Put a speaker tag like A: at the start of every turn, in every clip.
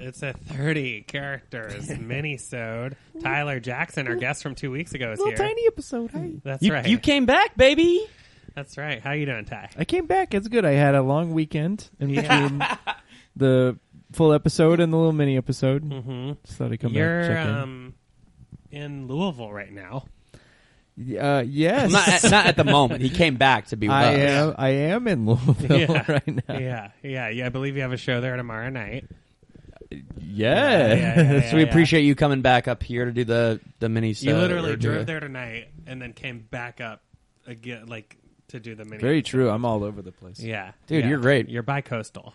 A: to 30 characters minisode. Tyler Jackson, our guest from two weeks ago, is here.
B: episode. Hey,
A: That's
C: You,
A: right.
C: you came back, baby.
A: That's right. How you doing, Ty?
B: I came back. It's good. I had a long weekend in between the full episode and the little mini episode.
A: Mm-hmm.
B: Just thought I'd come back
A: You're
B: check in.
A: um, in Louisville right now.
B: uh, yes,
C: Not at, not at the moment. He came back to be with
B: I
C: us.
B: am. I am in Louisville
A: Yeah.
B: right now.
A: yeah, yeah, yeah. I believe you have a show there tomorrow night.
B: Yes.
A: Yeah, yeah, yeah.
C: So we appreciate you coming back up here to do the the mini.
A: You literally drove there tonight and then came back up again, like to do the mini.
B: Very true. I'm all over the place.
A: Yeah,
C: Dude,
A: yeah.
C: you're great.
A: You're bi-coastal.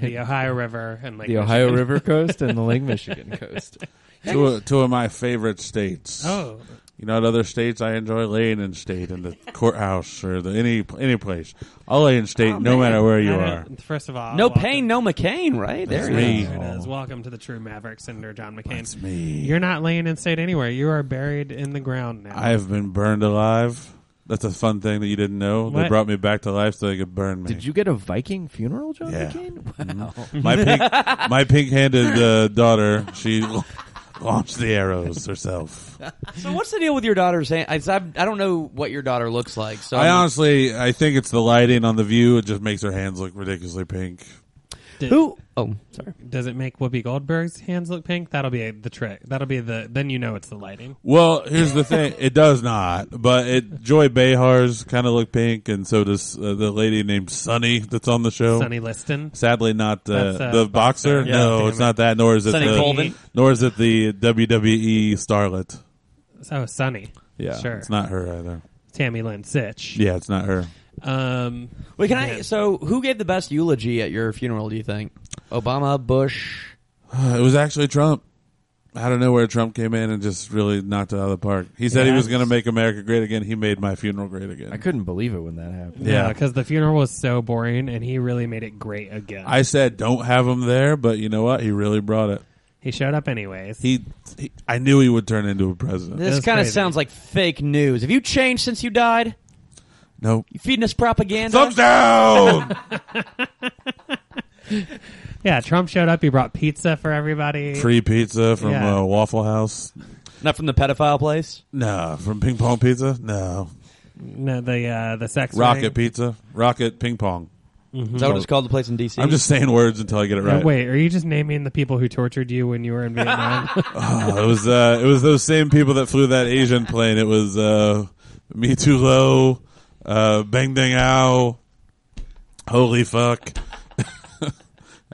A: The Ohio River and like
B: The Ohio River coast and the Lake Michigan coast.
D: Two, of- two of my favorite states.
A: Oh,
D: You know, in other states, I enjoy laying in state in the courthouse or the any any place. I'll lay in state
C: Oh,
D: no
C: man.
D: matter where you
A: I
D: are.
A: don't- First of all,
C: No
A: welcome-
C: pain, no McCain, right? There
D: That's
C: he
D: me.
C: is.
A: There it is. Welcome to the True Maverick, Senator John McCain.
D: That's me.
A: You're not laying in state anywhere. You are buried in the ground now.
D: I've been burned alive. That's a fun thing that you didn't know.
A: What?
D: They brought me back to life so they could burn me.
B: Did you get a Viking funeral, John
D: Yeah.
B: McCain? Wow.
D: My pink, my pink-handed uh, daughter. She la- launched the arrows herself.
C: So what's the deal with your daughter's hand? I, I I don't know what your daughter looks like. So
D: I honestly, I think it's the lighting on the view. It just makes her hands look ridiculously pink.
C: who? Oh, sorry.
A: Does it make Whoopi Goldberg's hands look pink? That'll be the trick. That'll be the then you know it's the lighting.
D: Well, here's the thing. It does not, but it Joy Behar's kind of look pink, and so does uh, the lady named Sunny that's on the show.
A: Sunny Liston.
D: Sadly, not uh,
A: That's, uh,
D: the boxer.
A: boxer. Yeah,
D: no,
A: damn
D: it's
A: it.
D: not that. Nor is it
C: Sonny
D: the
C: Colvin?
D: nor is it the WWE starlet.
A: So Sunny.
D: Yeah,
A: sure.
D: it's not her either.
A: Tammy Lynn Sitch.
D: Yeah, it's not her.
A: Um,
C: Wait, can I?
A: Yeah.
C: So who gave the best eulogy at your funeral? Do you think Obama, Bush?
D: Uh, It was actually Trump. I don't know where Trump came in and just really knocked it out of the park. He said
A: Yeah.
D: he was going to make America great again. He made my funeral great again.
B: I couldn't believe it when that happened.
A: yeah,
D: Yeah.
A: because the funeral was so boring, and he really made it great again.
D: I said don't have him there, but you know what? He really brought it.
A: he showed up anyways.
D: He, he I knew he would turn into a president.
C: This
A: was
C: kind of
A: crazy.
C: sounds like fake news. Have you changed since you died?
D: No.
C: You feeding us propaganda?
D: Thumbs down.
A: yeah, Trump showed up. He brought pizza for everybody.
D: Free pizza from
A: Yeah.
D: uh, Waffle House.
C: Not from the pedophile place.
D: No, from Ping Pong Pizza. No,
A: no, the uh, the sex
D: Rocket
A: ring.
D: Pizza. Rocket Ping Pong.
C: Is that what it's called? The place in D.C.
D: I'm just saying words until I get it
A: Uh,
D: right.
A: Wait, are you just naming the people who tortured you when you were in Vietnam?
D: Oh, it was uh, it was those same people that flew that Asian plane. It was uh, Me Too Low, uh, Bang Dang Ow, Holy Fuck.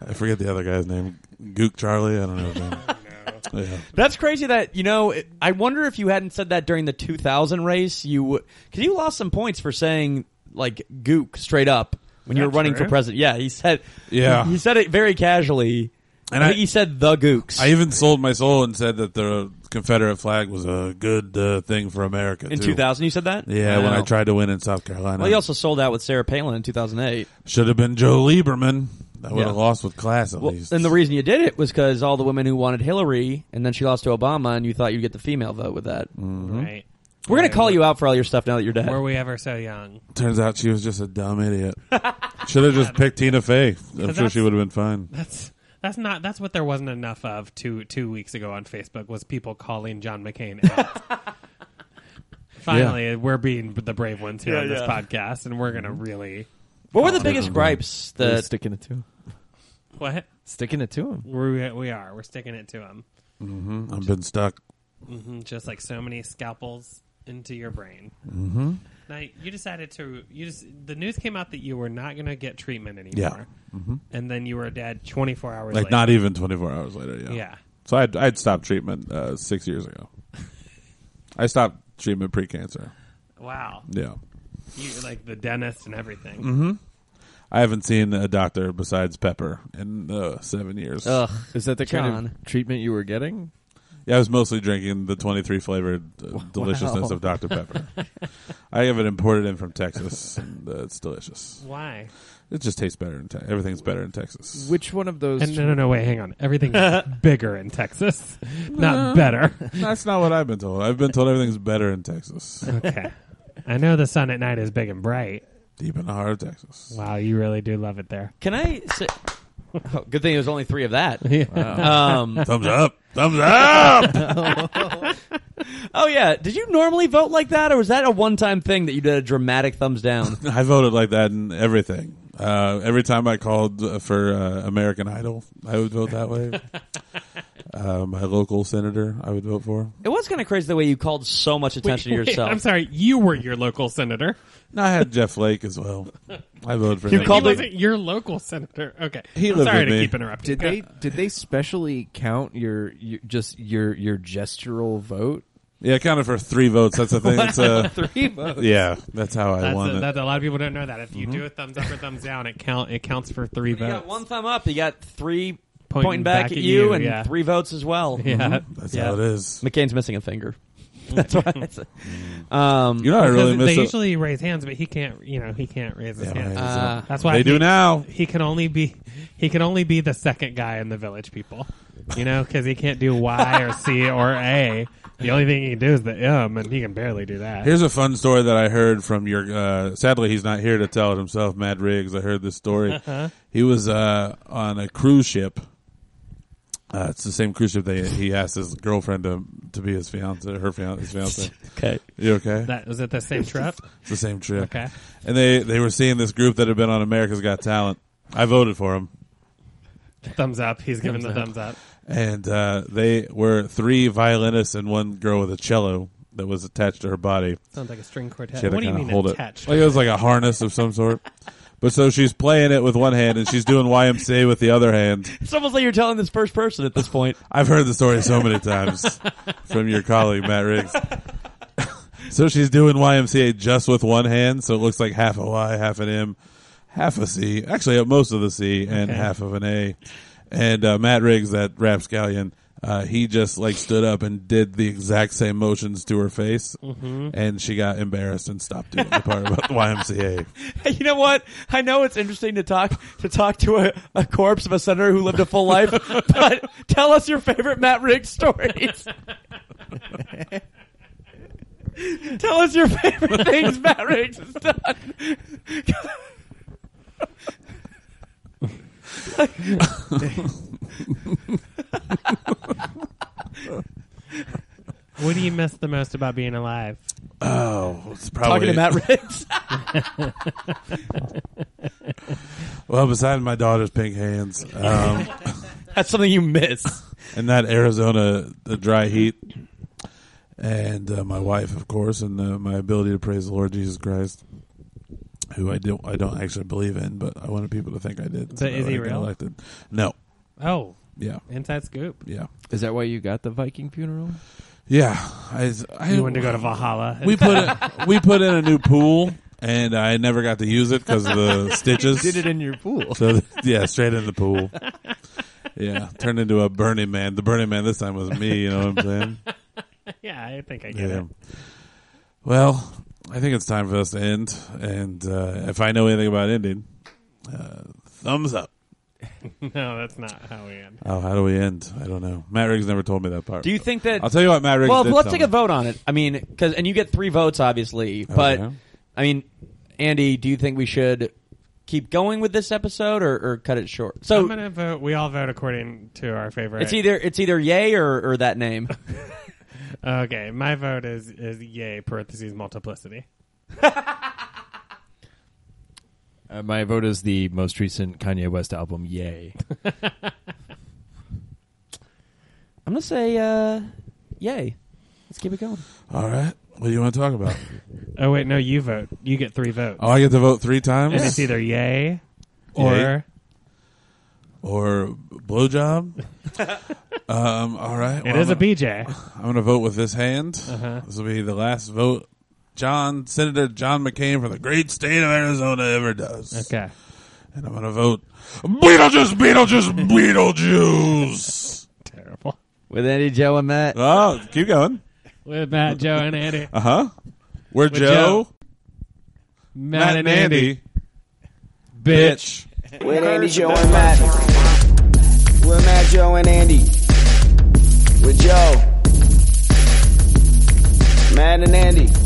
D: I forget the other guy's name. Gook Charlie. I don't know. His name. Yeah.
C: That's crazy. That you know. it- I wonder if you hadn't said that during the 2000 race, you would because you lost some points for saying like "gook" straight up when you were
A: that
C: running
A: true?
C: for president. Yeah, he said.
D: Yeah.
C: he, he said it very casually.
D: And
C: I
D: I-
C: think he said the gooks
D: I even sold my soul and said that the Confederate flag was a good uh, thing for America
C: in
D: too.
C: 2000. You said that.
D: Yeah, when I
C: Wow.
D: tried to win in South Carolina,
C: Well, he also sold out with Sarah Palin in 2008.
D: should have been Joe Lieberman. I would
C: Yeah.
D: have lost with class at
C: Well,
D: least.
C: and the reason you did it was because all the women who wanted Hillary, and then she lost to Obama, and you thought you'd get the female vote with that.
D: Mm.
A: right.
C: Mm-hmm. We're gonna call you out for all your stuff now that you're dead.
A: Were we ever so young?
D: Turns out she was just a dumb idiot. Should have just picked Tina Fey. I'm sure
A: that's-
D: she would have been fine.
A: That's that's not that's what there wasn't enough of two two weeks ago on Facebook was people calling John McCain out. Finally, we're being the brave ones here
C: Yeah,
A: on this
C: yeah. Mm-hmm.
A: podcast, and we're gonna really
C: what were the biggest gripes
B: We're
C: that
B: sticking it to him.
A: what
B: Sticking it to him.
A: we we are we're sticking it to him,
C: Mm-hmm.
D: I've been stuck.
A: just like so many scalpels into your brain. Mm-hmm. Now you decided to you just the news came out that you were not gonna get treatment anymore,
C: Mm-hmm.
A: and then you were dead 24 hours
D: Like
A: later.
D: not even 24 hours later. Yeah.
A: yeah.
D: So I'd, I'd stopped treatment uh, six years ago. I stopped treatment pre-cancer.
A: Wow,
D: Yeah.
A: you like the dentist and everything.
D: Mm-hmm. I haven't seen a doctor besides Pepper in uh, seven years.
C: Ugh.
B: Is that the kind
C: John.
B: of treatment you were getting?
D: Yeah, I was mostly drinking the 23 flavored uh, deliciousness of Dr. Pepper. I have it imported in from Texas, and uh, it's delicious.
A: Why?
D: It just tastes better in Texas. Everything's better in Texas.
B: Which one of those?
A: And no, no, no, wait, hang on. Everything's bigger in Texas, not better.
D: That's not what I've been told. I've been told everything's better in Texas,
A: Okay. I know the sun at night is big and bright.
D: deep in the heart of Texas.
A: Wow, you really do love it there.
C: can I? Say, Oh, good thing there's only three of that.
A: Yeah.
C: Um,
D: Thumbs up. Thumbs up.
C: oh yeah. Did you normally vote like that, or was that a one-time thing that you did a dramatic thumbs down?
D: I voted like that in everything. Uh, every time I called uh, for uh, American Idol, I would vote that way. uh, my local senator, I would vote for.
C: It was kind of crazy the way you called so much attention
A: Wait,
C: to yourself.
A: I'm sorry, you were your local senator.
D: No, I had Jeff Flake as well. I voted for
C: You
D: him.
A: He
C: called Well, they-
A: wasn't your local senator. Okay,
D: He
A: I'm
D: lived
A: sorry
D: with
A: to
D: me.
A: keep interrupting.
E: Did they did they specially count your, your just your your gestural vote?
D: Yeah, I counted for three votes. That's the thing. It's, uh,
E: Three votes.
D: yeah, that's how I
A: That's
D: won
A: a,
D: it. Mm-hmm.
A: that, a lot of people don't know that. If you do a thumbs up or thumbs down, it count it counts for three
C: You
A: votes.
C: got one thumb up. You got three
A: Pointing
C: pointing, back, at you, and
A: yeah.
C: three votes as well.
A: yeah,
D: Mm-hmm. That's
A: yeah.
D: how it is.
C: McCain's missing a finger. That's why. It's, um,
D: You know, I really
A: Because they
D: miss it.
A: usually raise hands, but he can't. You know, he can't raise his
D: Yeah,
A: hand.
D: right.
C: uh,
A: That's why
D: They
A: I
D: do
A: think
D: now.
A: He can only be he can only be the second guy in the village people, you know, because he can't do Y or C or A. The only thing he can do is the M, and he can barely do that.
D: Here's a fun story that I heard from your. Uh, sadly, he's not here to tell it himself. Matt Riggs. I heard this story.
A: Uh-huh.
D: He was uh, on a cruise ship. Uh, it's the same cruise ship they he asked his girlfriend to to be his fiance, her fiance, his fiance.
C: okay.
D: You okay?
A: that was it. The same trip.
D: It's the same trip.
A: Okay.
D: And they they were seeing this group that had been on America's Got Talent. I voted for him,
A: Thumbs up. He's giving the thumbs up.
D: and uh, they were three violinists and one girl with a cello that was attached to her body.
A: Sounds like a string quartet.
D: She had
A: What do
D: to
A: you
D: kind of
A: mean
D: hold
A: attached?
D: it. Like it was like a harness of some sort. But so she's playing it with one hand and she's doing YMCA with the other hand.
C: It's almost like you're telling this first person at this point.
D: I've heard the story so many times from your colleague Matt Riggs. so she's doing YMCA just with one hand, so it looks like half a Y, half an M, half a C. Actually, uh, most of the C and
A: Okay.
D: half of an A. And uh, Matt Riggs, that rapscallion, uh, he just like stood up and did the exact same motions to her face,
C: Mm-hmm.
D: and she got embarrassed and stopped doing the part about YMCA.
C: Hey, you know what? I know it's interesting to talk to talk to a, a corpse of a senator who lived a full life, but tell us your favorite Matt Riggs stories. tell us your favorite things Matt Riggs has done.
A: What do you miss the most about being alive?
D: Oh, it's
C: Talking
D: probably
C: to Matt Riggs.
D: well. Besides my daughter's pink hands. Um,
C: That's something you miss.
D: and that Arizona the dry heat, and uh, my wife, of course, and uh, my ability to praise the Lord Jesus Christ, who I don't I don't actually believe in, but I wanted people to think I did.
A: So
D: that
A: is
D: I
A: he
D: got
A: real?
D: Elected. No.
A: Oh,
D: Yeah.
A: inside scoop.
D: Yeah.
E: Is that why you got the Viking funeral?
D: Yeah. I, I
A: You wanted to go to Valhalla.
D: We put in, we put in a new pool, and I never got to use it because of the stitches.
E: Did it in your pool?
D: So th- yeah, straight in the pool. Yeah, turned into a Burning Man. The Burning Man this time was me. You know what I'm saying?
A: yeah, I think I get
D: Yeah.
A: it.
D: Well, I think it's time for us to end. And uh, if I know anything about ending, uh, thumbs up.
A: No, that's not how we end.
D: Oh, how do we end? I don't know. Matt Riggs never told me that part.
C: Do you think that?
D: I'll tell you what, Matt Riggs.
C: well,
D: did
C: let's
D: tell
C: take a
D: me.
C: vote on it. I mean, because and you get three votes, obviously. But
D: Okay.
C: I mean, Andy, do you think we should keep going with this episode or, or cut it short?
A: I'm
C: So
A: gonna vote. We all vote according to our favorite.
C: it's either it's either yay or, or that name.
A: Okay, my vote is is yay parentheses multiplicity.
F: Uh, my vote is the most recent Kanye West album, Yay.
C: I'm gonna say uh, yay. Let's keep it going.
D: All right. What do you want to talk about?
A: Oh wait, no, you vote. You get three votes.
D: oh, I get to vote three
A: and it's
D: times,
A: either yay or
D: or blowjob. um. All right.
A: it
D: well,
A: is a
D: I'm gonna-
A: BJ.
D: I'm going to vote with this hand.
A: Uh-huh.
D: This will be the last vote. John Senator John McCain for the great state of Arizona ever does.
A: Okay.
D: And I'm going to vote Beetlejuice, Beetlejuice, Beetlejuice.
A: Terrible.
C: With Andy, Joe, and Matt.
D: Oh, keep going.
A: With Matt, Joe, and Andy.
D: Uh huh. We're
A: Joe,
D: Joe, Matt, and Andy. Bitch.
G: With Andy, Joe, and Matt. With Matt, Joe, and Andy. With Joe. Matt and Andy.